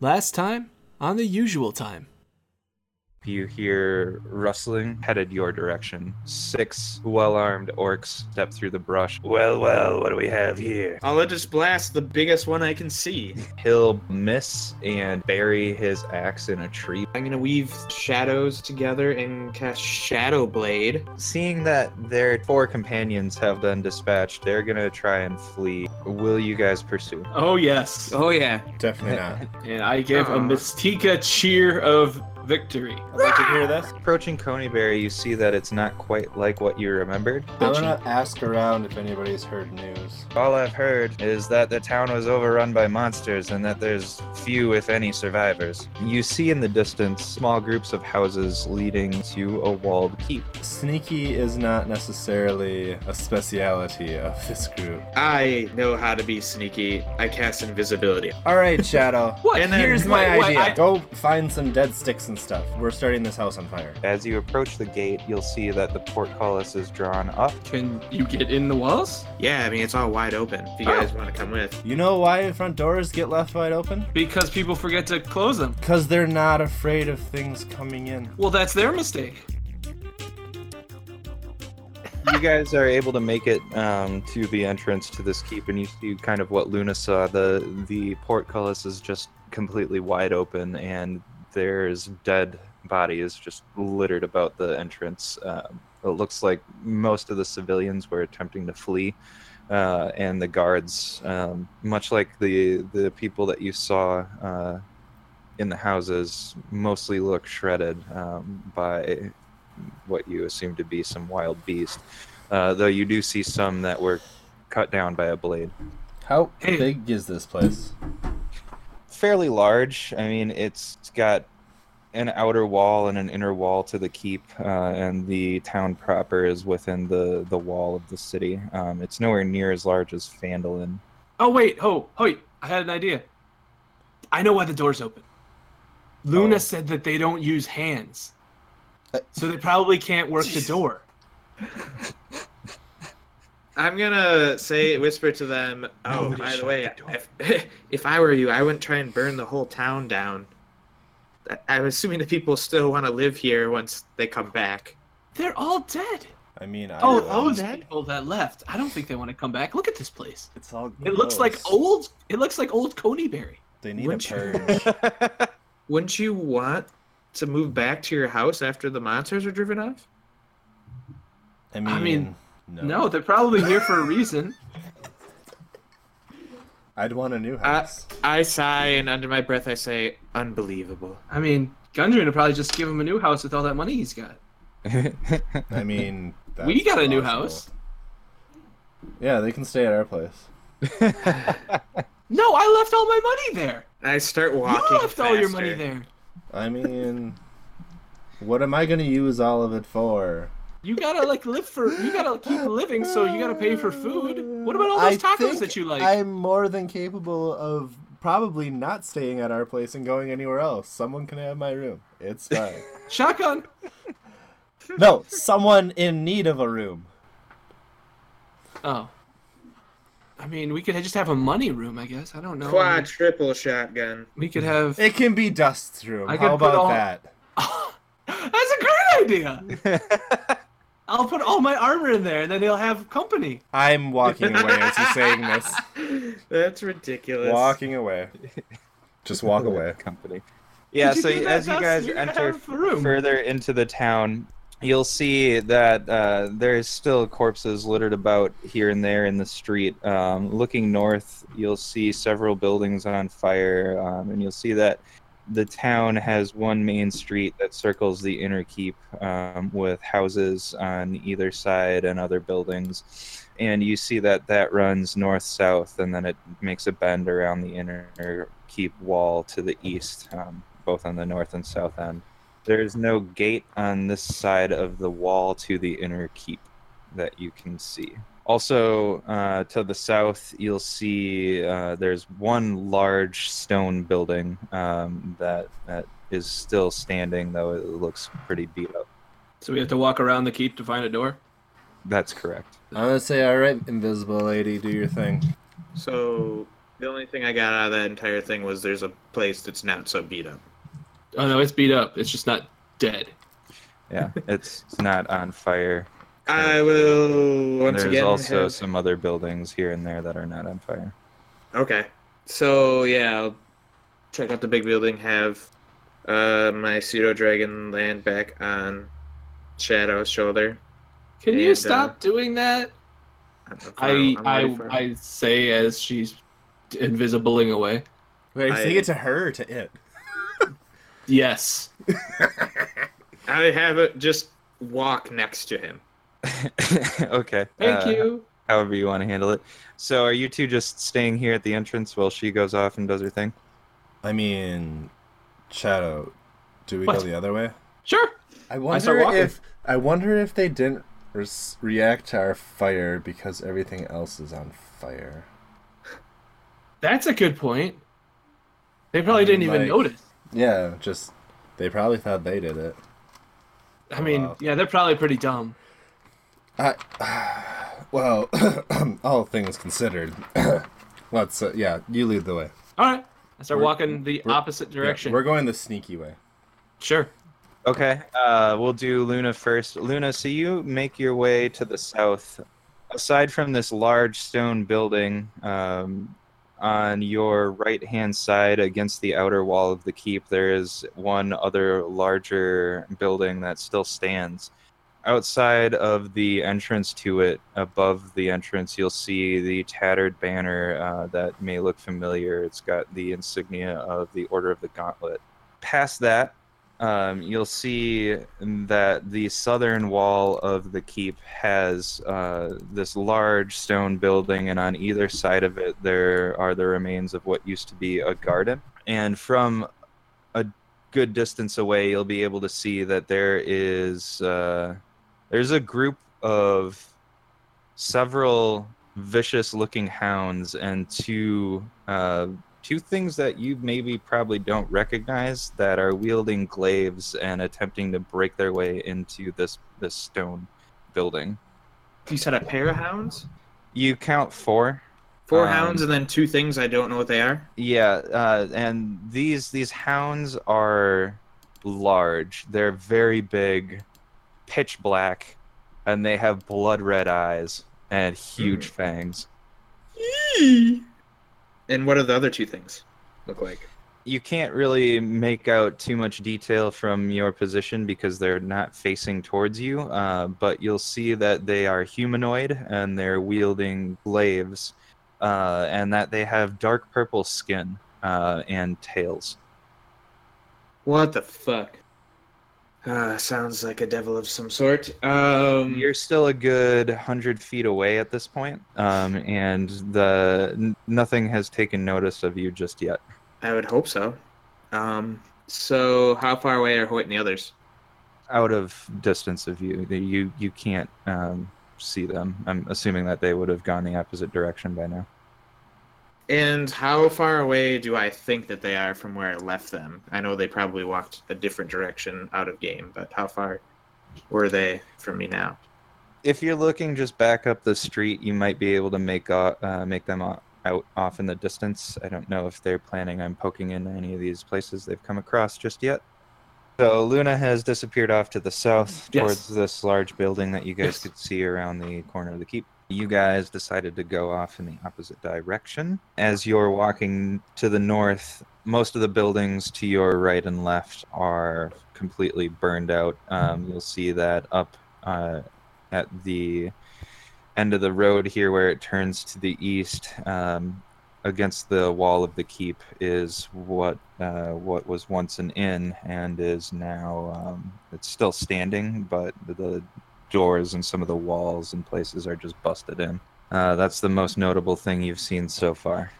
Last time on the usual time. You hear rustling headed your direction. Six well armed orcs step through the brush. Well, well, what do we have here? I'll just blast the biggest one I can see. He'll miss and bury his axe in a tree. I'm gonna weave shadows together and cast Shadow Blade. Seeing that their four companions have been dispatched, they're gonna try and flee. Will you guys pursue? Oh yes. Oh yeah. Definitely not. And I give Uh-huh. Uh-uh. a Mystica cheer of victory. I'd like to hear this. Approaching Coneyberry, you see that it's not quite like what you remembered. I'm gonna ask around if anybody's heard news. All I've heard is that the town was overrun by monsters and that there's few, if any, survivors. You see in the distance small groups of houses leading to a walled keep. Sneaky is not necessarily a speciality of this group. I know how to be sneaky. I cast invisibility. All right, Shadow. What? And then- Here's my Wait, wait, idea. I- Go find some dead sticks and stuff. We're starting this house on fire. As you approach the gate, you'll see that the portcullis is drawn up. Can you get in the walls? Yeah, I mean it's all wide open. If you guys want to come with. You know why front doors get left wide open? Because people forget to close them. Because they're not afraid of things coming in. Well, that's their mistake. you guys are able to make it um, to the entrance to this keep, and you see kind of what Luna saw. The the portcullis is just completely wide open, and there's dead bodies just littered about the entrance. Um, it looks like most of the civilians were attempting to flee, uh, and the guards, um, much like the the people that you saw. Uh, in the houses, mostly look shredded um, by what you assume to be some wild beast. Uh, though you do see some that were cut down by a blade. How Hey. big is this place? Fairly large. I mean, it's it's got an outer wall and an inner wall to the keep, uh, and the town proper is within the, the wall of the city. Um, it's nowhere near as large as Fandolin. Oh wait, oh, wait, I had an idea. I know why the door's open. Luna Oh. said that they don't use hands. Uh, So they probably can't work the door. I'm gonna say whisper to them. Oh, Nobody by the shut way, the door." if, if I were you, I wouldn't try and burn the whole town down. I- I'm assuming the people still want to live here once they come back. They're all dead. I mean, I Oh, don't know. those people that left. I don't think they want to come back. Look at this place. It's all. It looks like gross. old. It looks like old Coneyberry. They need a wouldn't you- purge. Wouldn't you want to move back to your house after the monsters are driven off? I mean, mean, no. No, they're probably here for a reason. I'd want a new house. I sigh and under my breath I say, unbelievable. I mean, Gundren would probably just give him a new house with all that money he's got. I mean, we that's got a new possible. house. Yeah, they can stay at our place. No, I left all my money there. I start walking. You left all your money faster. there. I mean, what am I gonna use all of it for? You gotta like live for. You gotta keep living, so you gotta pay for food. What about all those I tacos think that you like? I'm more than capable of probably not staying at our place and going anywhere else. Someone can have my room. It's fine. Shotgun. no, someone in need of a room. Oh. I mean, we could just have a money room, I guess. I don't know. Quad triple shotgun. We could have. It can be Dust's room. I could How put about all- that? That's a great idea. I'll put all my armor in there, and then he'll have company. I'm walking away as you're saying this. That's ridiculous. Walking away. Just walk away. company. Yeah, Did you so do that, as you Dustin? guys You're gonna enter have a room. further into the town, you'll see that uh, there's still corpses littered about here and there in the street. Um, looking north, you'll see several buildings on fire, um, and you'll see that the town has one main street that circles the inner keep um, with houses on either side and other buildings. And you see that that runs north south and then it makes a bend around the inner keep wall to the east, um, both on the north and south end. There's no gate on this side of the wall to the inner keep that you can see. Also, uh, to the south, you'll see uh, there's one large stone building um, that, that is still standing, though it looks pretty beat up. So we have to walk around the keep to find a door. That's correct. I'm gonna say, all right, invisible lady, do your thing. So The only thing I got out of that entire thing was there's a place that's not so beat up. Oh no, it's beat up. It's just not dead. Yeah, it's not on fire. I will once There's again. uh, also have- some other buildings here and there that are not on fire. Okay. So yeah, I'll check out the big building. Have uh, my pseudo dragon land back on Shadow's shoulder. Can you And, stop uh, doing that? I'm- I I'm ready I for- I say as she's invisibling away. Wait, I- sing it to her, or to it. Yes. I have it just walk next to him. okay. Thank uh, you. However you want to handle it. So are you two just staying here at the entrance while she goes off and does her thing? I mean, Shadow, do we go What? the other way? Sure. I start wonder walking. if I wonder if they didn't res- react to our fire because everything else is on fire. That's a good point. They probably didn't even Like- notice. Yeah, just they probably thought they did it. I mean, Wow. yeah, they're probably pretty dumb. I, well, all things considered, let's uh, yeah, you lead the way. All right. I start We're- walking the we're- opposite Yeah, direction. we're going the sneaky way. sure. Okay, uh, we'll do Luna first. Luna, so you make your way to the south. Aside from this large stone building, um, on your right hand side against the outer wall of the keep, there is one other larger building that still stands. Outside of the entrance to it, above the entrance, you'll see the tattered banner uh, that may look familiar. It's got the insignia of the Order of the Gauntlet. Past that, um, you'll see that the southern wall of the keep has uh, this large stone building, and on either side of it, there are the remains of what used to be a garden. And from a good distance away, you'll be able to see that there is uh, there's a group of several vicious-looking hounds and two uh, two things that you maybe probably don't recognize that are wielding glaives and attempting to break their way into this this stone building. You said a Pair of hounds? You count four. Four Um, hounds and then two things I don't know what they are. Yeah, uh, and these these hounds are large. They're very big, pitch black, and they have blood red eyes and huge fangs. And what do the other two things look like? you can't really make out too much detail from your position because they're not facing towards you, uh, but you'll see that they are humanoid and they're wielding glaives, uh, and that they have dark purple skin uh, and tails. What the fuck? Uh, sounds like a devil of some sort. Um, You're still a good hundred feet away at this point, um, and the n- nothing has taken notice of you just yet. I would hope so. Um, so how far away are Hoyt and the others? Out of distance of you, you you can't um, see them. I'm assuming that they would have gone the opposite direction by now. And how far away do I think that they are from where I left them? I know they probably walked a different direction out of game, but how far were they from me now? if you're looking just back up the street, you might be able to make o- uh, make them o- out off in the distance. I don't know if they're planning on poking into any of these places they've come across just yet. So Luna has disappeared off to the south Yes. towards this large building that you guys Yes. could see around the corner of the keep. You guys decided to go off in the opposite direction. As you're walking to the north, most of the buildings to your right and left are completely burned out. Um, you'll see that up uh, at the end of the road here where it turns to the east um, against the wall of the keep is what uh, what was once an inn and is now um, it's still standing but the doors and some of the walls and places are just busted in uh, that's the most notable thing you've seen so far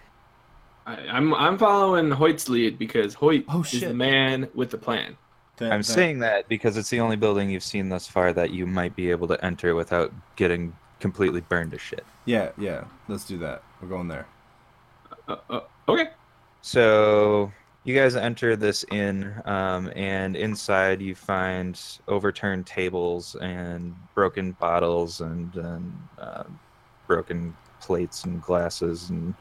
I, I'm I'm following Hoyt's lead because Hoyt Oh, is the shit. man with the plan. Th- i'm th- saying that because it's the only building you've seen thus far that you might be able to enter without getting completely burned to shit yeah, yeah. Let's do that. We're going there. Uh, uh, okay. So you guys enter this inn, um, and inside you find overturned tables and broken bottles um, and, and uh, broken plates and glasses and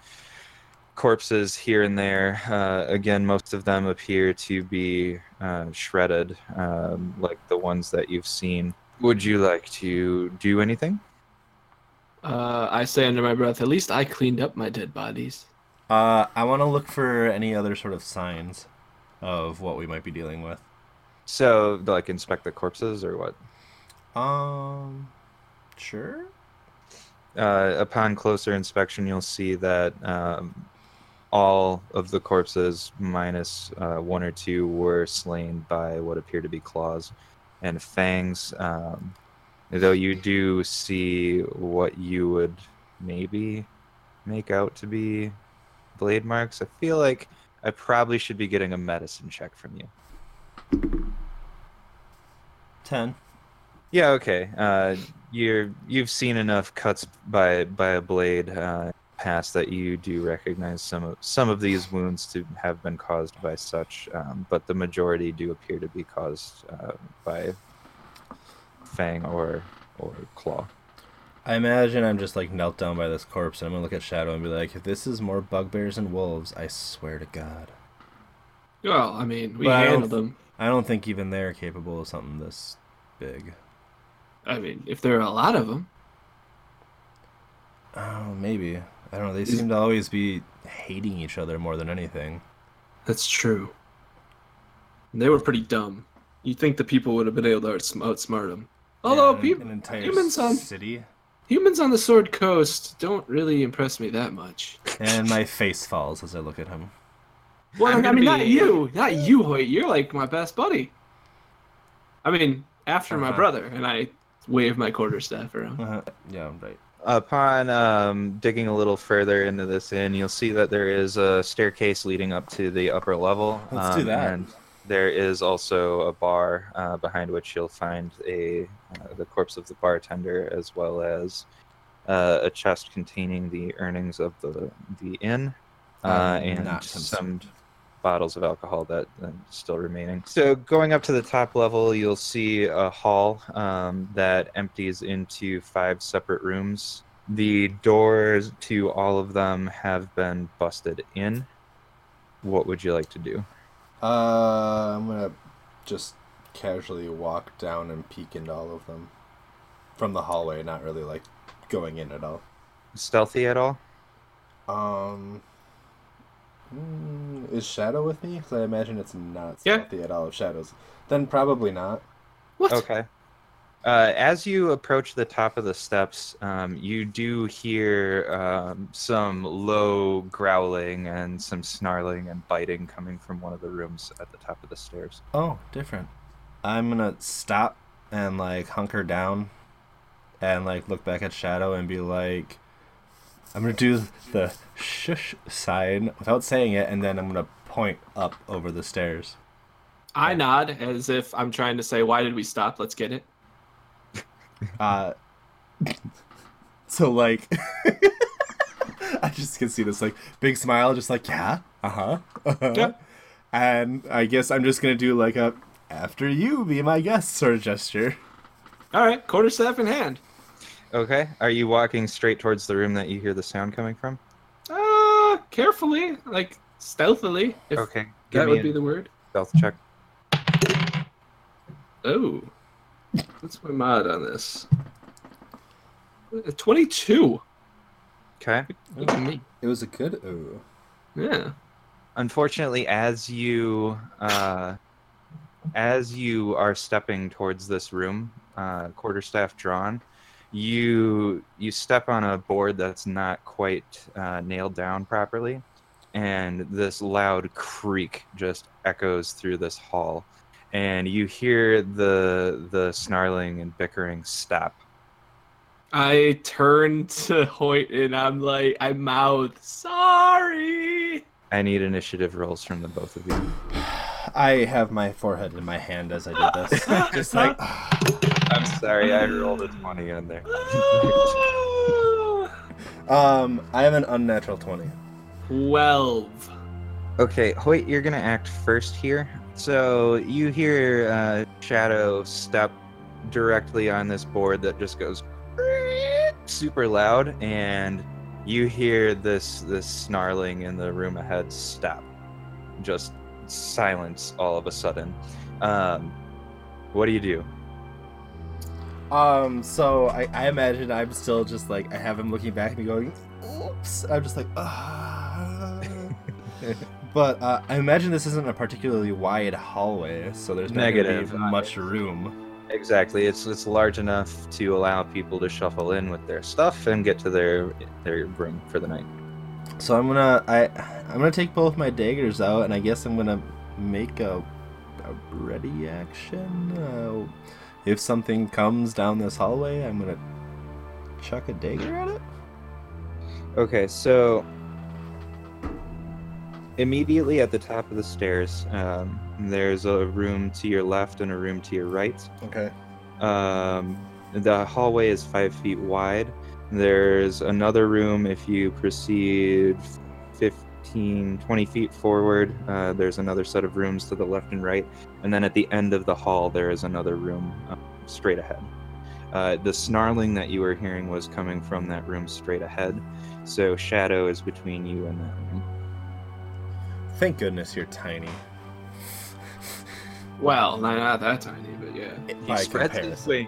corpses here and there. Uh, again, most of them appear to be uh, shredded, um, like the ones that you've seen. Would you like to do anything? Uh, I say under my breath, at least I cleaned up my dead bodies. Uh, I want to look for any other sort of signs of what we might be dealing with. So, like, inspect the corpses or what? Um, sure. uh, upon closer inspection, you'll see that um, all of the corpses, minus uh, one or two, were slain by what appear to be claws and fangs. Um, though you do see what you would maybe make out to be blade marks. I feel like I probably should be getting a medicine check from you. Ten. Yeah. Okay. Uh, you're you've seen enough cuts by by a blade uh, past that you do recognize some of some of these wounds to have been caused by such, um, but the majority do appear to be caused uh, by fang or or claw. I imagine I'm just like knelt down by this corpse and I'm gonna look at Shadow and be like, if this is more bugbears and wolves, I swear to God. Well, I mean, we But I handled don't- them. I don't think even they're capable of something this big. I mean, if there are a lot of them, Oh, maybe. I don't know. They seem to always be hating each other more than anything. that's true. And they were pretty dumb. You'd think the people would have been able to outs- outsmart them. Although And peop- an entire humans on city. humans on the Sword Coast don't really impress me that much. And my face falls as I look at him. Well, I'm I mean, not gonna be- you, not you, Hoyt. You're like my best buddy. I mean, after my Uh-huh. brother, and I wave my quarterstaff around. Uh-huh. Yeah, I'm right. Upon um, digging a little further into this inn, you'll see that there is a staircase leading up to the upper level. Let's do um, that. And there is also a bar uh, behind which you'll find a uh, the corpse of the bartender, as well as uh, a chest containing the earnings of the the inn uh, I'm and not some concerned. bottles of alcohol that are still remaining. So going up to the top level, you'll see a hall um, that empties into five separate rooms. The doors to all of them have been busted in. What would you like to do? Uh, I'm gonna just casually walk down and peek into all of them from the hallway, not really like going in at all. Stealthy at all? Um, mm, is Shadow with me? Because I imagine it's not Yeah. stealthy at all. If Shadow's, then probably not. What? Okay. Uh, as you approach the top of the steps, um, you do hear um, some low growling and some snarling and biting coming from one of the rooms at the top of the stairs. Oh, different. I'm gonna stop and like hunker down, and like look back at Shadow and be like, I'm gonna do the shush sign without saying it, and then I'm gonna point up over the stairs. I nod as if I'm trying to say, "Why did we stop? Let's get it." Uh, so like, I just can see this like big smile, just like yeah, uh huh, uh-huh. Yeah. and I guess I'm just gonna do like a after you be my guest sort of gesture. All right, quarterstaff in hand. Okay. Are you walking straight towards the room that you hear the sound coming from? Uh, carefully, like stealthily. If Okay. Give That me would a be the word. stealth check. Oh, what's my mod on this? Uh, Twenty-two. Okay. Look at me. It was a good ooh. Yeah. Unfortunately, as you uh, as you are stepping towards this room, uh, quarterstaff drawn, you you step on a board that's not quite uh, nailed down properly, and this loud creak just echoes through this hall, and you hear the the snarling and bickering stop. I turn to Hoyt and I'm like, I mouth, sorry. I need initiative rolls from the both of you. I have my forehead in my hand as I did this, just like I'm sorry, I rolled a 20 on there. Ah. um, I have an unnatural twenty. Twelve. Okay, Hoyt, you're gonna act first here. So you hear uh, Shadow step directly on this board that just goes super loud, and you hear this this snarling in the room ahead stop just silence all of a sudden um what do you do Um, so I, I imagine I'm still just like I have him looking back at me going, "Oops!" I'm just like, ah. but uh, I imagine this isn't a particularly wide hallway, so there's not gonna be Negative. much room. exactly it's it's large enough to allow people to shuffle in with their stuff and get to their their room for the night So I'm gonna I I'm gonna take both my daggers out, and I guess I'm gonna make a, a ready action. Uh, if something comes down this hallway, I'm gonna chuck a dagger at it. Okay, so immediately at the top of the stairs, um, there's a room to your left and a room to your right. Okay. Um, the hallway is five feet wide. There's another room if you proceed 15, 20 feet forward. Uh, there's another set of rooms to the left and right. And then at the end of the hall, there is another room uh, straight ahead. Uh, the snarling that you were hearing was coming from that room straight ahead. So shadow is between you and that room. Thank goodness you're tiny. Well, not, not that tiny, but yeah. by comparison.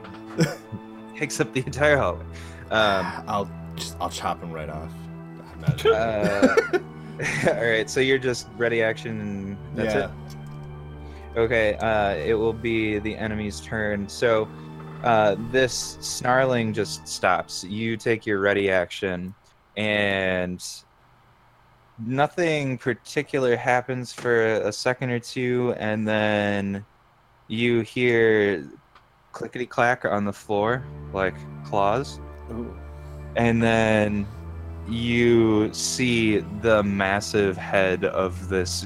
takes up the entire hallway. Um, I'll just, I'll chop him right off. I'm not- Uh, all right, so you're just ready action and that's yeah. it. Okay, uh, it will be the enemy's turn. So uh, this snarling just stops. You take your ready action, and nothing particular happens for a second or two, and then you hear clickety clack on the floor, like claws and then you see the massive head of this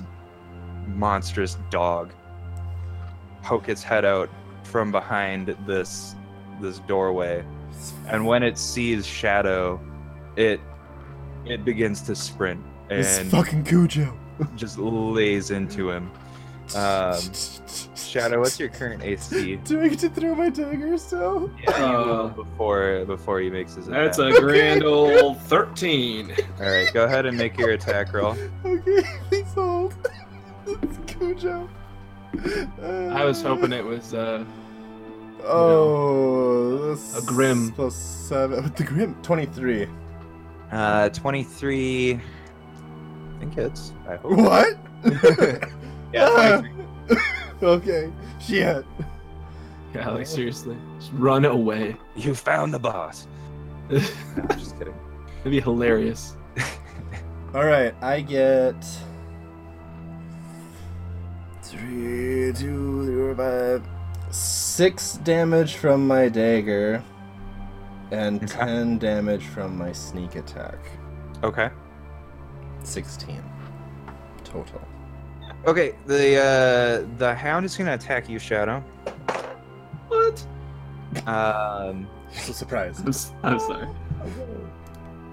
monstrous dog poke its head out from behind this this doorway and when it sees shadow it it begins to sprint and fucking Cujo. just lays into him Um, shadow what's your current ac Do I get to throw my dagger still? yeah, you Uh, will before before he makes his attack That's a grand old 13. all right go ahead and make your attack roll Okay, please hold. It's Cujo. I was hoping it was, uh, Oh, A grim. plus seven. The grim twenty-three. Uh, 23. I think it's. I hope. What? Ah. Yeah, okay. Shit. yeah, like seriously. Just run away. you found the boss. That'd No, I'm just kidding. be hilarious. All right, I get three, two, three, four, five, six damage from my dagger, and Okay. ten damage from my sneak attack. Okay. Sixteen total. Okay. The uh, the hound is gonna attack you, Shadow. What? Um, So surprised. I'm, s- I'm sorry.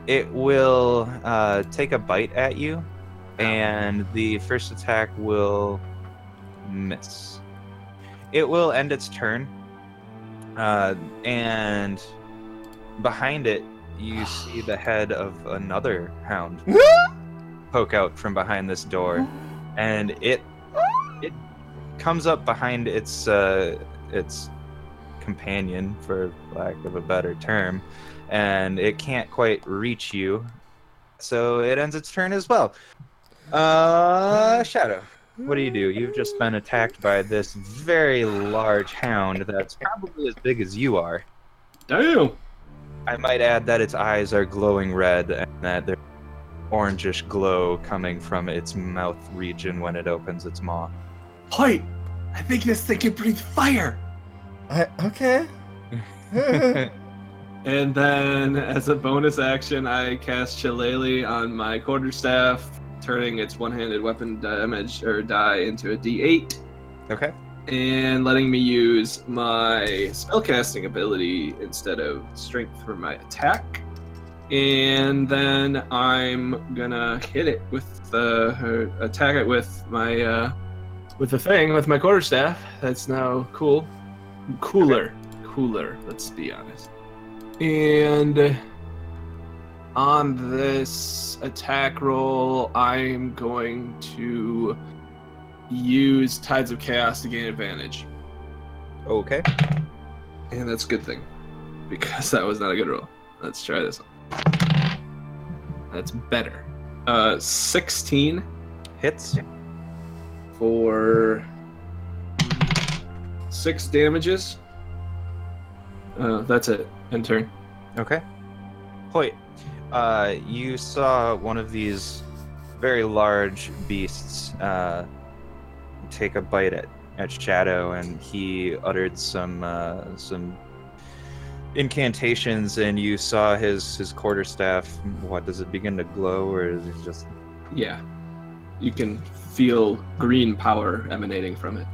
it will uh, take a bite at you, and the first attack will miss. It will end its turn, uh, and behind it, you see the head of another hound poke out from behind this door, and it it comes up behind its uh, its companion, for lack of a better term, and it can't quite reach you. So it ends its turn as well. Uh, Shadow, what do you do? You've just been attacked by this very large hound that's probably as big as you are. Damn! I might add that its eyes are glowing red and that there's orangish glow coming from its mouth region when it opens its maw. Hoyt, I think this thing can breathe fire. I, okay. And then, as a bonus action, I cast Shillelagh on my quarterstaff, turning its one-handed weapon damage or die into a D8, Okay. and letting me use my spellcasting ability instead of strength for my attack. And then I'm gonna hit it with the or attack it with my uh, with the thing with my quarterstaff. That's now cool, cooler, cooler. Let's be honest. And on this attack roll, I'm going to use Tides of Chaos to gain advantage. Okay. And that's a good thing. Because that was not a good roll. Let's try this one. That's better. Uh 16 Hits. for six damages. Uh, that's it. End turn. Okay. Hoyt, uh, you saw one of these very large beasts uh, take a bite at, at Shadow, and he uttered some uh, some incantations, and you saw his his quarterstaff. What does it begin to glow, or is it just Yeah. You can feel green power emanating from it.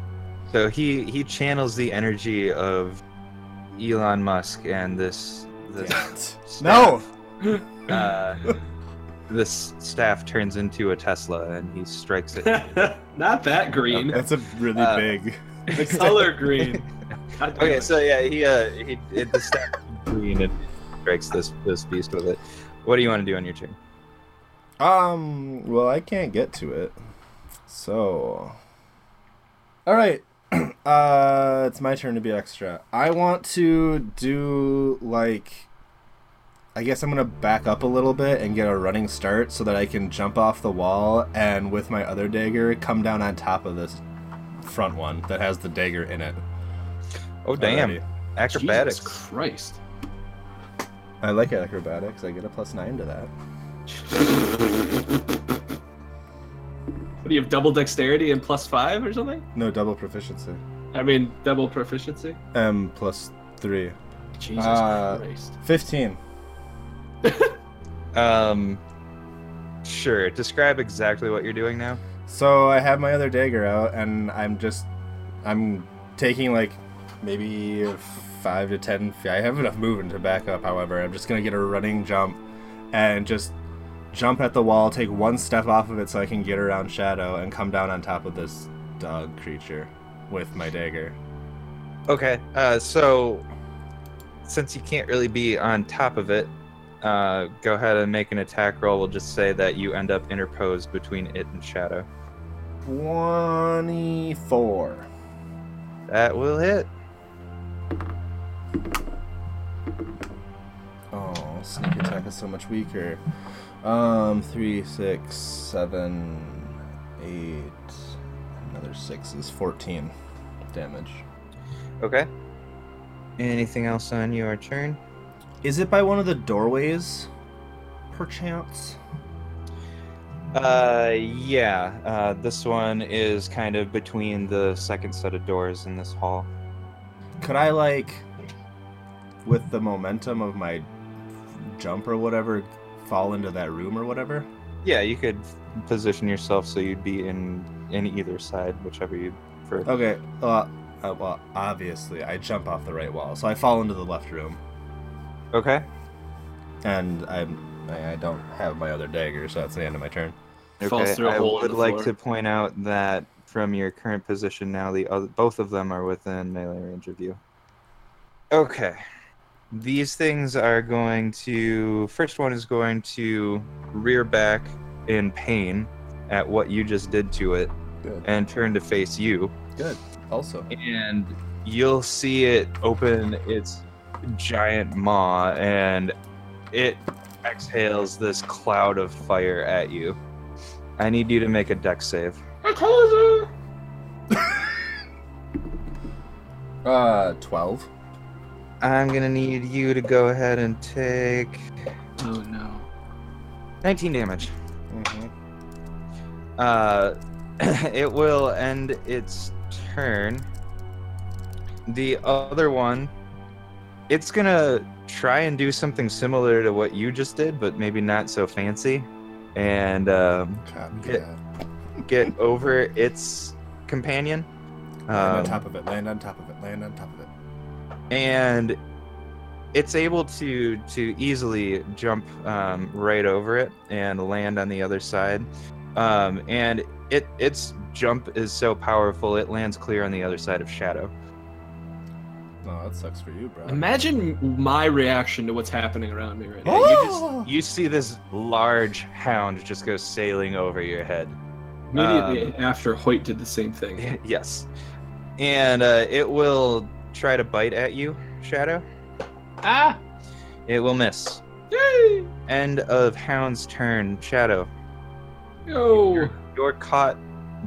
So he he channels the energy of Elon Musk and this this no! staff. Uh, this staff turns into a Tesla and he strikes it. not that green. That's a really Uh, big. The color green. God damn Okay, it. so yeah, he uh he it, the staff turns green and strikes this this beast with it. What do you want to do on your turn? Um, well, I can't get to it. So. Alright. uh, it's my turn to be extra. I want to do, like. I guess I'm gonna back up a little bit and get a running start so that I can jump off the wall and with my other dagger come down on top of this front one that has the dagger in it. Oh damn, Alrighty. acrobatics. Jesus Christ. I like acrobatics. I get a plus nine to that. What do you have double dexterity and plus five or something? No double proficiency. I mean double proficiency? M plus three. Jesus Uh, Christ. Fifteen. Um, sure. Describe exactly what you're doing now. So I have my other dagger out, and I'm just, I'm taking like maybe five to ten. Feet. I have enough movement to back up. However, I'm just gonna get a running jump, and just jump at the wall, take one step off of it so I can get around Shadow, and come down on top of this dog creature with my dagger. Okay, uh, so since you can't really be on top of it, uh, go ahead and make an attack roll. We'll just say that you end up interposed between it and Shadow. Twenty-four. That will hit. Oh, sneak attack is so much weaker. Um, three, six, seven, eight. Another six is fourteen damage. Okay. Anything else on your turn? Is it by one of the doorways, perchance? Uh, yeah. Uh, this one is kind of between the second set of doors in this hall. Could I like, with the momentum of my jump or whatever, fall into that room or whatever? Yeah, you could position yourself so you'd be in in either side, whichever you prefer. Okay. Uh, uh, well, obviously, I jump off the right wall, so I fall into the left room. Okay. And I'm I I don't have my other dagger, so that's the end of my turn. Falls through a I hole in would the like floor. to point out that from your current position now, the other, both of them are within melee range of you. Okay, these things are going to. First one is going to rear back in pain at what you just did to it, Good. and turn to face you, Good. Also. and you'll see it open its giant maw, and it exhales this cloud of fire at you. I need you to make a deck save. Uh, twelve. I'm gonna need you to go ahead and take Oh no. 19 damage. Mm-hmm. Uh, it will end its turn. The other one, it's gonna try and do something similar to what you just did, but maybe not so fancy, and um, get over its companion. Land on Um, top of it. Land on top of it. Land on top of it. and it's able to to easily jump um, right over it and land on the other side um, and it its jump is so powerful it lands clear on the other side of shadow Oh, that sucks for you, bro. Imagine my reaction to what's happening around me right now. Yeah, Oh! you, just, you see this large hound just go sailing over your head. Immediately Um, after Hoyt did the same thing. yes. And uh, it will try to bite at you, Shadow. Ah! It will miss. Yay! End of Hound's turn, Shadow. Yo! You're, you're caught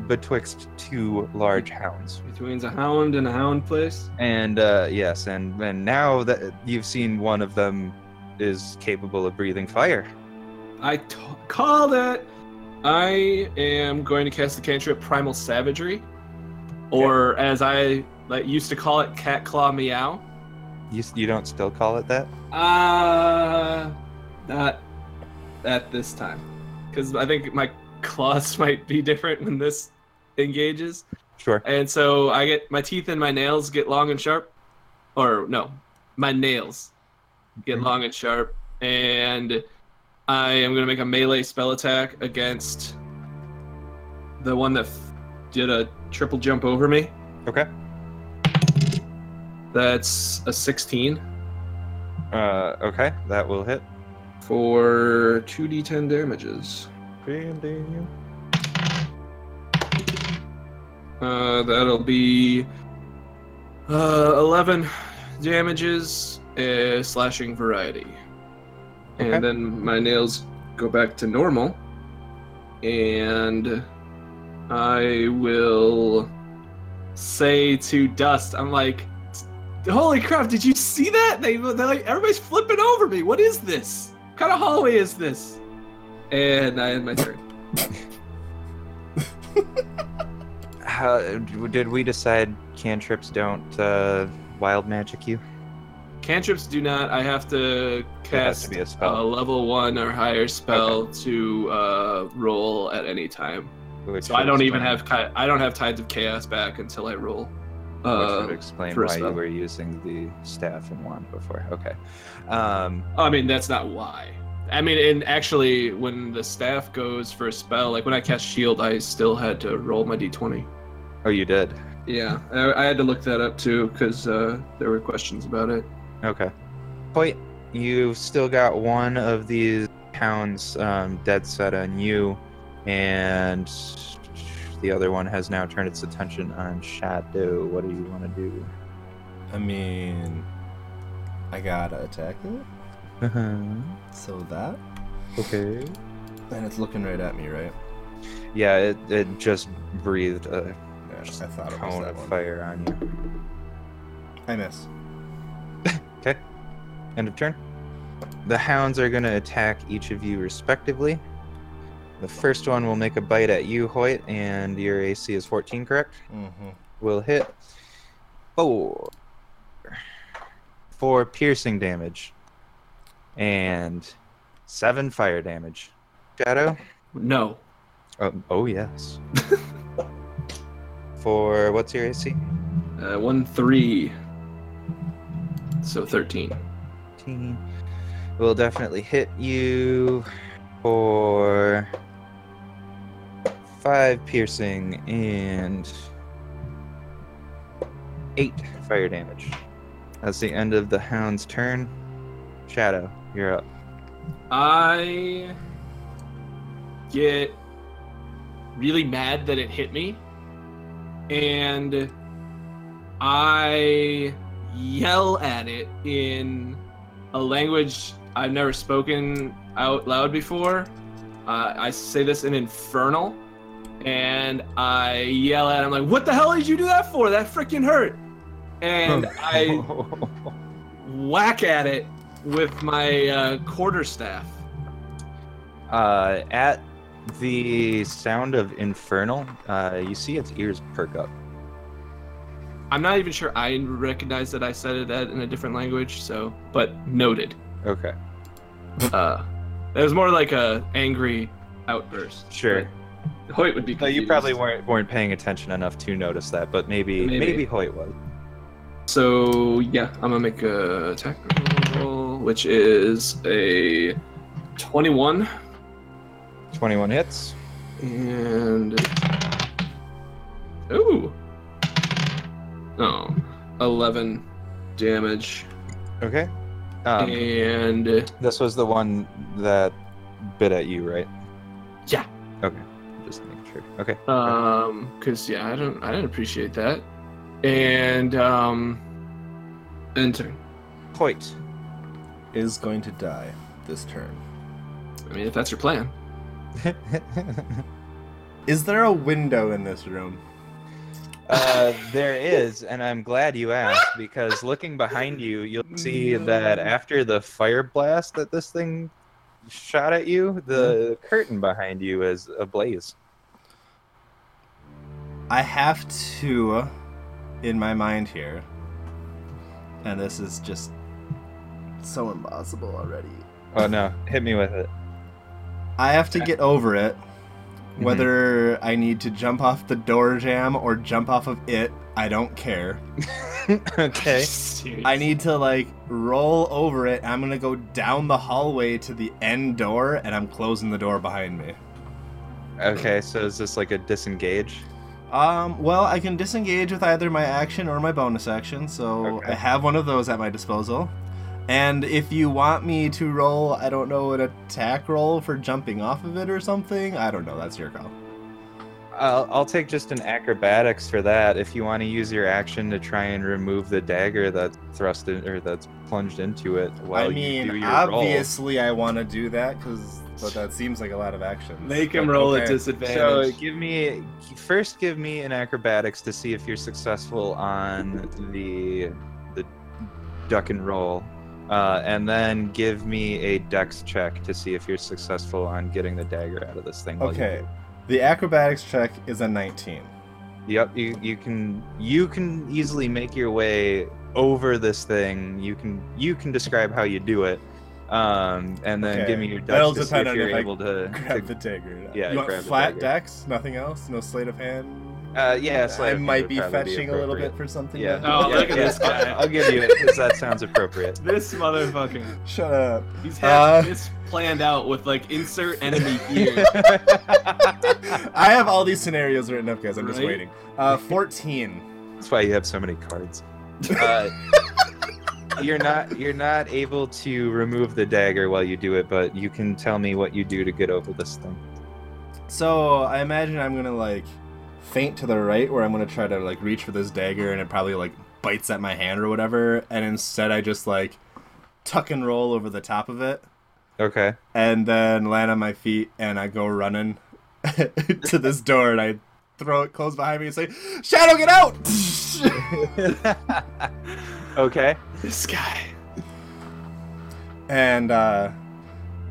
betwixt two large hounds. Between's a hound and a hound place. And uh, yes, and, and now that you've seen one of them is capable of breathing fire. I t- called it. I am going to cast the cantrip Primal Savagery, or as I like, used to call it, Cat Claw Meow. You, s- you don't still call it that? Uh, not at this time, because I think my claws might be different when this engages, Sure. and so I get my teeth and my nails get long and sharp, or no, my nails get Mhm. long and sharp, and I am gonna make a melee spell attack against the one that f- did a triple jump over me. Okay. That's a 16. Uh, okay, that will hit. for 2d10 damages. Uh, that'll be uh, 11 damages, uh, slashing variety. Okay. And then my nails go back to normal. And I will say to Dust, I'm like, holy crap, did you see that? They, they're like, everybody's flipping over me. What is this? What kind of hallway is this? And I end my turn. How, did we decide cantrips don't uh, wild magic you? Cantrips do not. I have to has to cast be a spell. level one or higher spell to uh, roll at any time. Which So I would don't even explain- have ki- I don't have tides of chaos back until I roll. Which Uh, would explain for a why you spell. were using the staff and wand before. Okay. Um, I mean that's not why. I mean, and actually, when the staff goes for a spell, like when I cast shield, I still had to roll my d20. oh, you did. Yeah, I, I had to look that up too because uh, there were questions about it. Okay. But you've still got one of these hounds um, dead set on you, and the other one has now turned its attention on Shadow. What do you want to do? I mean, I gotta attack it. Uh-huh. So that. Okay. And it's looking right at me, right? Yeah, it, it just breathed a Yeah, I thought it was cone that of one. fire on you. I miss. End of turn. The hounds are going to attack each of you respectively. The first one will make a bite at you, Hoyt, and your AC is 14, correct? Mm-hmm. Will hit. Four. Four piercing damage. And seven fire damage. Shadow? No, Um, oh, yes. For what's your AC? uh, one three, so thirteen. 15 will definitely hit you for five piercing and eight fire damage. That's the end of the hound's turn. Shadow, you're up. I get really mad that it hit me, and I yell at it in a language I've never spoken out loud before. Uh, I say this in Infernal, and I yell at him like, "What the hell did you do that for? That freaking hurt!" And I whack at it with my uh, quarterstaff. uh, at the sound of infernal, uh, you see its ears perk up. I'm not even sure I recognize that I said that in a different language, so but noted. Okay, Uh, it was more like a angry outburst. sure. Hoyt would be. No, Confused. you probably weren't weren't paying attention enough to notice that, but maybe Maybe. maybe, Hoyt was. So yeah, I'm gonna make a attack roll, which is a 21 Twenty-one hits. and ooh, oh, 11 damage. Okay. Um, Eh. and this was the one that bit at you, right? Yeah. Okay. Just making sure. Okay. um because yeah i don't i didn't appreciate that and um enter Hoyt. Is going to die this turn. i mean if that's your plan Is there a window in this room? Uh, there is, and I'm glad you asked because looking behind you, you'll see that after the fire blast that this thing shot at you, the curtain behind you is ablaze. I have to, in my mind here, and this is just so impossible already. Oh no! Hit me with it. I have to get over it. Whether I need to jump off the door jam or jump off of it, I don't care. okay. Seriously. I need to like roll over it. I'm gonna go down the hallway to the end door, and I'm closing the door behind me. Okay. So is this like a disengage? Um, well, I can disengage with either my action or my bonus action, so Okay. I have one of those at my disposal. And if you want me to roll, I don't know, an attack roll for jumping off of it or something, I don't know, that's your call. I'll, I'll take just an acrobatics for that. If you want to use your action to try and remove the dagger that's thrust in, or that's plunged into it, while I you do mean, your obviously I want to do that, because, but that seems like a lot of action. Make him roll at Okay. roll. So disadvantage. give me first, give me an acrobatics to see if you're successful on the the duck and roll, uh, and then give me a dex check to see if you're successful on getting the dagger out of this thing. while you Okay, the acrobatics check is a 19. Yep, you, you can you can easily make your way over this thing. You can you can describe how you do it, um, and then give me your Okay, that'll dex to see depend if on you're if I able to. Grab to- the dagger. yeah, you want grab the flat dagger. decks, nothing else, no sleight of hand. uh, yeah, sleight I of hand might would be probably fetching a little bit appropriate. for something. Yeah. then. Oh, yeah, look at yeah, this guy. I'll, I'll give you it because that sounds appropriate. This motherfucker. Shut up. He's had Uh. this planned out with like insert enemy here. That's I have all these scenarios written up, guys. I'm just Right? waiting. Uh, 14. why you have so many cards. Uh, you're not you're not able to remove the dagger while you do it, but you can tell me what you do to get over this thing. So I imagine I'm gonna like faint to the right, where I'm gonna try to like reach for this dagger, and it probably like bites at my hand or whatever. And instead, I just like tuck and roll over the top of it, Okay. and then land on my feet, and I go running to this door, and I throw it closed behind me and say, "Shadow, get out!" okay. this guy. and uh,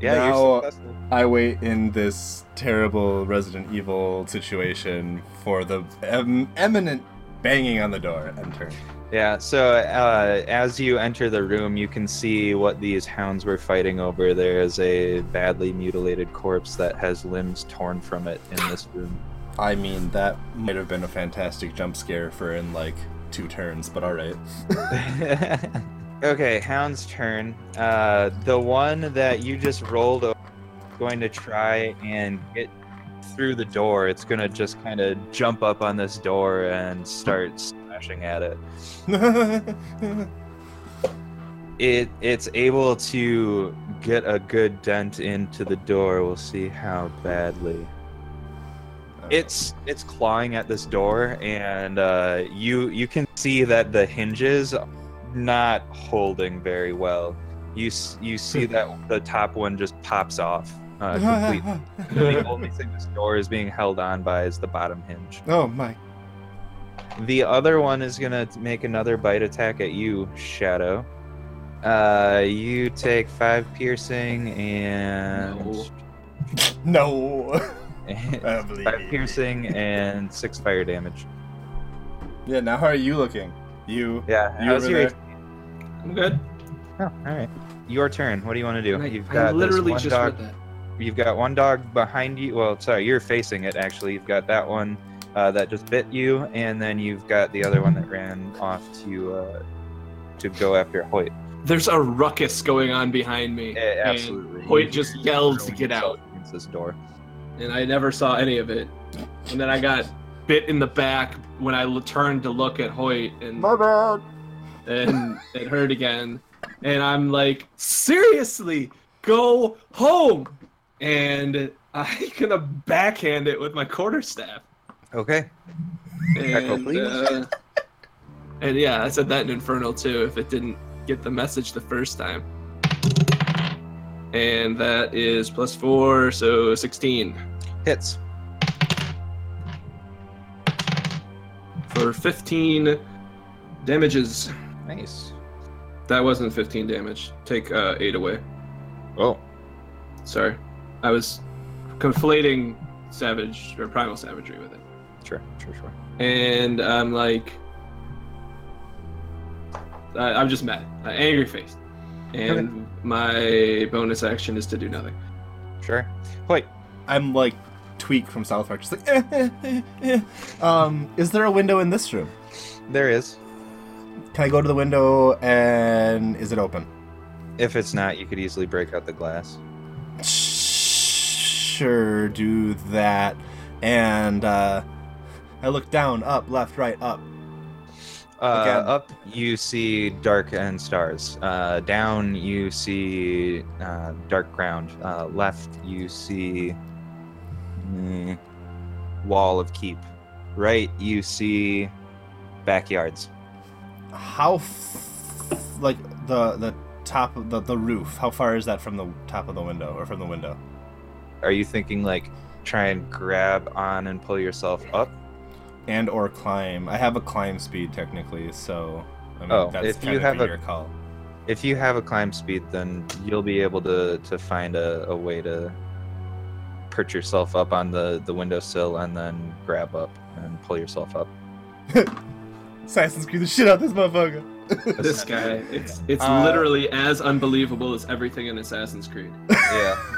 Yeah, Now- you're successful. I wait in this terrible Resident Evil situation for the em- eminent banging on the door and turn. Yeah. So uh, as you enter the room, you can see what these hounds were fighting over. There is a badly mutilated corpse that has limbs torn from it in this room. I mean, that might have been a fantastic jump scare for in like two turns, but all right. okay, hound's turn. Uh, the one that you just rolled over is going to try and get through the door. It's going to just kind of jump up on this door and start smashing at it. it it's able to get a good dent into the door we'll see how badly it's it's clawing at this door and uh, you you can see that the hinges are not holding very well you s- you see that the top one just pops off uh, completely the only thing this door is being held on by is the bottom hinge oh my! the other one is gonna t- make another bite attack at you, Shadow. Uh, you take five piercing and No. Oh, five piercing and six fire damage. Yeah. Now, how are you looking? You. Yeah, You how's over your? there? i'm good Oh, all right, your turn. What do you want to do? I, You've I got this literally one just dog. read that. You've got one dog behind you. Well, sorry, you're facing it actually. You've got that one uh, that just bit you, and then you've got the other one that ran off to uh, to go after Hoyt. there's a ruckus going on behind me Eh, absolutely. and Hoyt just yelled to get Himself out Against this door. and i never saw any of it and then i got bit in the back when i l- turned to look at hoyt and bad. and it hurt again. And I'm like, seriously, go home. And I'm gonna backhand it with my quarterstaff. Okay. Echo, And, please. uh, and yeah, I said that in Infernal too, if it didn't get the message the first time. And that is plus four, so 16 Hits. for 15 damages. Nice. That wasn't 15 damage. Take uh, 8 away. Oh. Sorry. I was conflating Savage or Primal Savagery with it. Sure, sure, sure. And I'm like, I, I'm just mad. Uh, angry face. And my bonus action is to do nothing. Sure. Wait. I'm like Tweak from South Park, just like. "Eh, eh, eh, eh." Um, is there a window in this room? There is. Can I go to the window and is it open? If it's not, you could easily break out the glass. Sure, do that. And uh, I look down, up, left, right, up. Uh, Again. Up, you see dark and stars. Uh, down, you see uh, dark ground. Uh, left, you see mm, wall of keep. Right, you see backyards. How, f- like the the top of the the roof? How far is that from the top of the window or from the window? Are you thinking like try and grab on and pull yourself up? And or climb? I have a climb speed technically, so I mean, Oh, that's if kind you of have a- your call. If you have a climb speed, then you'll be able to to find a, a way to perch yourself up on the the windowsill and then grab up and pull yourself up. Assassin's Creed the shit out this motherfucker. This guy, it's, it's Uh, literally as unbelievable as everything in Assassin's Creed.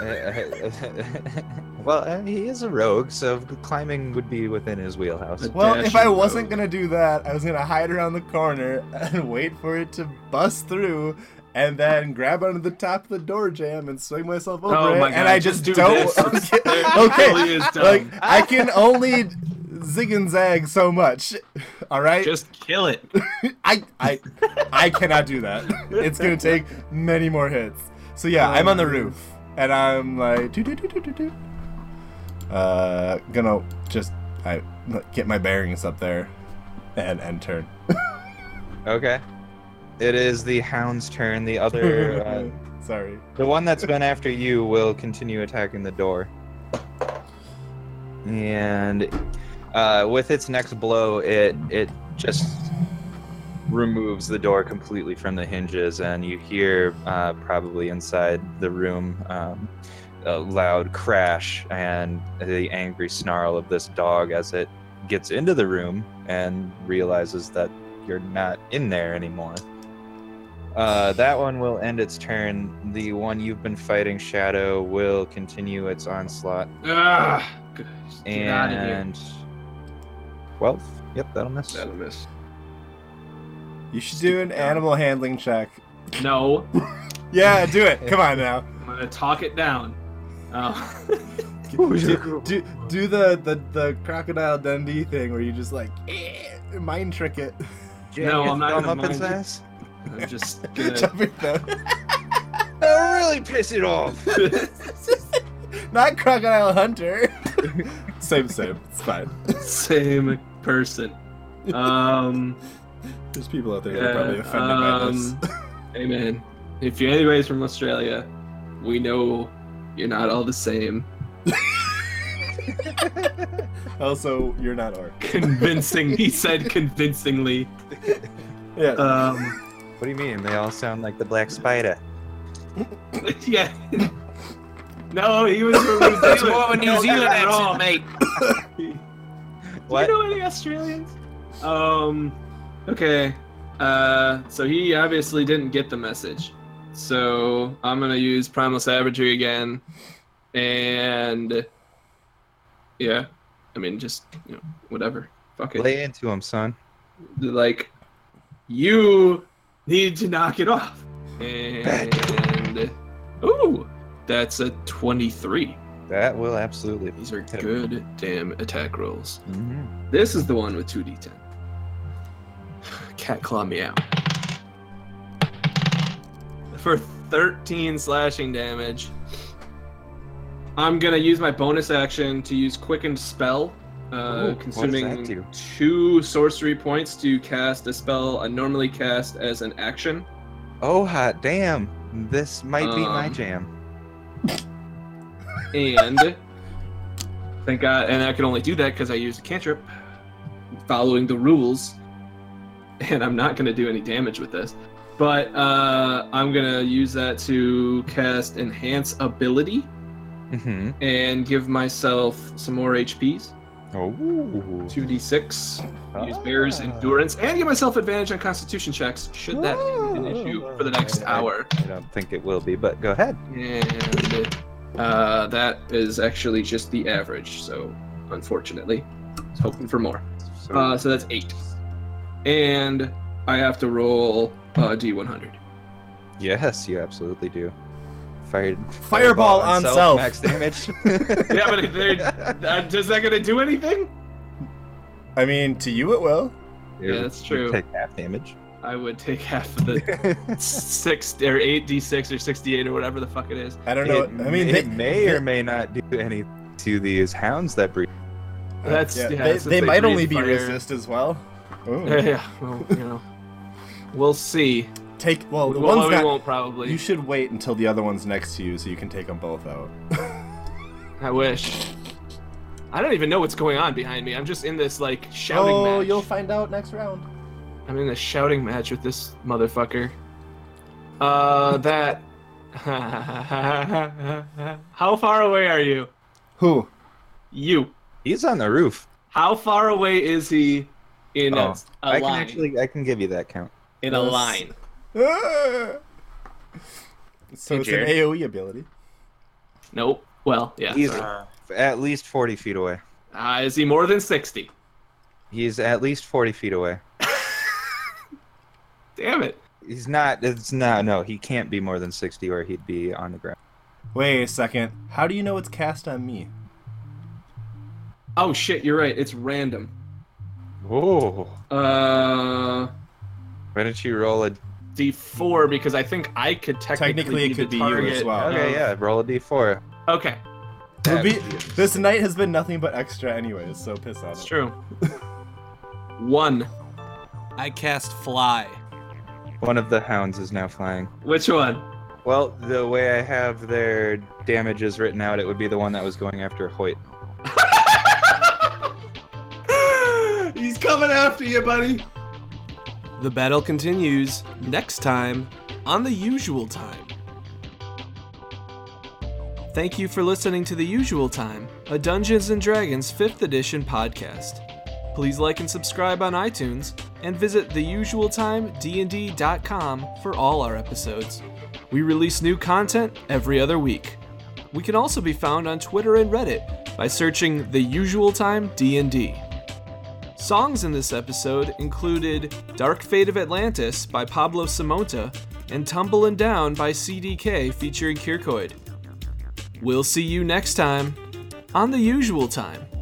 yeah. well, uh, he is a rogue, so climbing would be within his wheelhouse. But- Well, Dash if I and wasn't rogue. gonna do that, I was gonna hide around the corner and wait for it to bust through, and then grab onto the top of the door jam and swing myself over Oh it. my and God, I just just, do don't. this. okay, Really is dumb. like I can only zig and zag so much. All right, Just kill it. I I I cannot do that. It's gonna take many more hits. So yeah, I'm Um, on the roof and I'm like doo doo doo doo doo doo. Uh, gonna just I get my bearings up there and and turn. Okay. It is the hound's turn. The other, uh, Sorry. the one that's been after you, will continue attacking the door. And uh, with its next blow, it it just removes the door completely from the hinges, and you hear uh, probably inside the room um, a loud crash and the angry snarl of this dog as it gets into the room and realizes that you're not in there anymore. Uh, that one will end its turn. The one you've been fighting, Shadow, will continue its onslaught. Ah, good. Get out of here. And 12? Yep, that'll miss. That'll miss. You should do an animal handling check. No, Yeah, do it. Come on now. I'm gonna talk it down. Oh. Do, do, do the, the the crocodile Dundee thing where you just like eh, mind trick it. No, I'm not Thumb gonna up its mind you. ass? I'm just gonna. Jumping them. That'll really piss it off. Not crocodile hunter. same, same. It's fine. same person. Um, There's people out there that yeah, are probably offended um, hey man, if you're anybody's from Australia, we know you're not all the same. um, by this. Also, you're not orc. Convincing, he said convincingly. Yeah. Um, What do you mean? They all sound like the Black Spider. yeah. No, he was from New Zealand. No, not at all. mate. Do you know any Australians? Um, okay. Uh, so he obviously didn't get the message. So I'm gonna use Primal Savagery again, and yeah, I mean just you know whatever. Fuck it. Lay into him, son. Like you need to knock it off. And ooh, that's a 23. That will absolutely. These are Hit him. good damn attack rolls. Mhm. This is the one with 2d10. Cat claw meow. for 13 slashing damage. I'm gonna use my bonus action to use quickened spell, Ooh, uh, what does that do? consuming two sorcery points to cast a spell I normally cast as an action. Oh hot damn! This might be my Um, jam. and thank God, and I can only do that because I used a cantrip, following the rules, and I'm not going to do any damage with this. But uh, I'm going to use that to cast Enhance Ability Mm-hmm. and give myself some more HPs. Oh. 2d6, use Bear's Endurance, and give myself advantage on Constitution checks, should that be an issue for the next hour. I don't think it will be, but go ahead. And uh, that is actually just the average, so unfortunately. I was hoping for more. So, Uh, so that's eight. And I have to roll uh, D100. yes, you absolutely do. Fired. Fireball on self. Max damage. yeah, but they're- uh, does that gonna do anything? I mean, to you it will. Yeah, that's You true. Take half damage. I would take half of the six or eight D6 or 68 or whatever the fuck it is. I don't know. It I mean, may- they, it may or may not do any to these hounds that breed. That's yeah. they, since they might breathe only be fire- resist as well. Ooh. Yeah, well, you know, we'll see. Take well, Oh, the well, one's we not. won't probably. You should wait until the other one's next to you so you can take them both out. I wish. I don't even know what's going on behind me. I'm just in this like shouting Oh, match. you'll find out next round. I'm in a shouting match with this motherfucker. Uh, that. How far away are you? Who? You. He's on the roof. How far away is he in Oh, a, a I line? can actually, I can give you that count. in a line. Ah! so Hey, it's an Jared. AOE ability. Nope. Well, yeah. He's sorry. Uh, at least forty feet away. Uh, is he more than 60? He's at least forty feet away. Damn it. He's not. It's not. No, he can't be more than sixty, or he'd be on the ground. Wait a second. How do you know it's cast on me? Oh shit, you're right. It's random. Oh. Uh, Why don't you roll a? D4 because I think I could technically, Technically, it be could the be you target. as well. Okay, of- yeah, roll a d4. Okay, That It'll be- would be- this night has been nothing but extra, anyways. So piss off. that's true. One. I cast fly. One of the hounds is now flying. Which one? Well, the way I have their damages written out, it would be the one that was going after Hoyt. He's coming after you, buddy. The battle continues next time on the usual time. Thank you for listening to The Usual Time, a Dungeons and Dragons 5th edition podcast. Please like and subscribe on iTunes and visit theusualtimednd.com for all our episodes. We release new content every other week. We can also be found on Twitter and Reddit by searching The Usual Time D&D. Songs in this episode included Dark Fate of Atlantis by Pablo Simonta and Tumbling Down by CDK featuring Kirkoid. We'll see you next time on the usual time.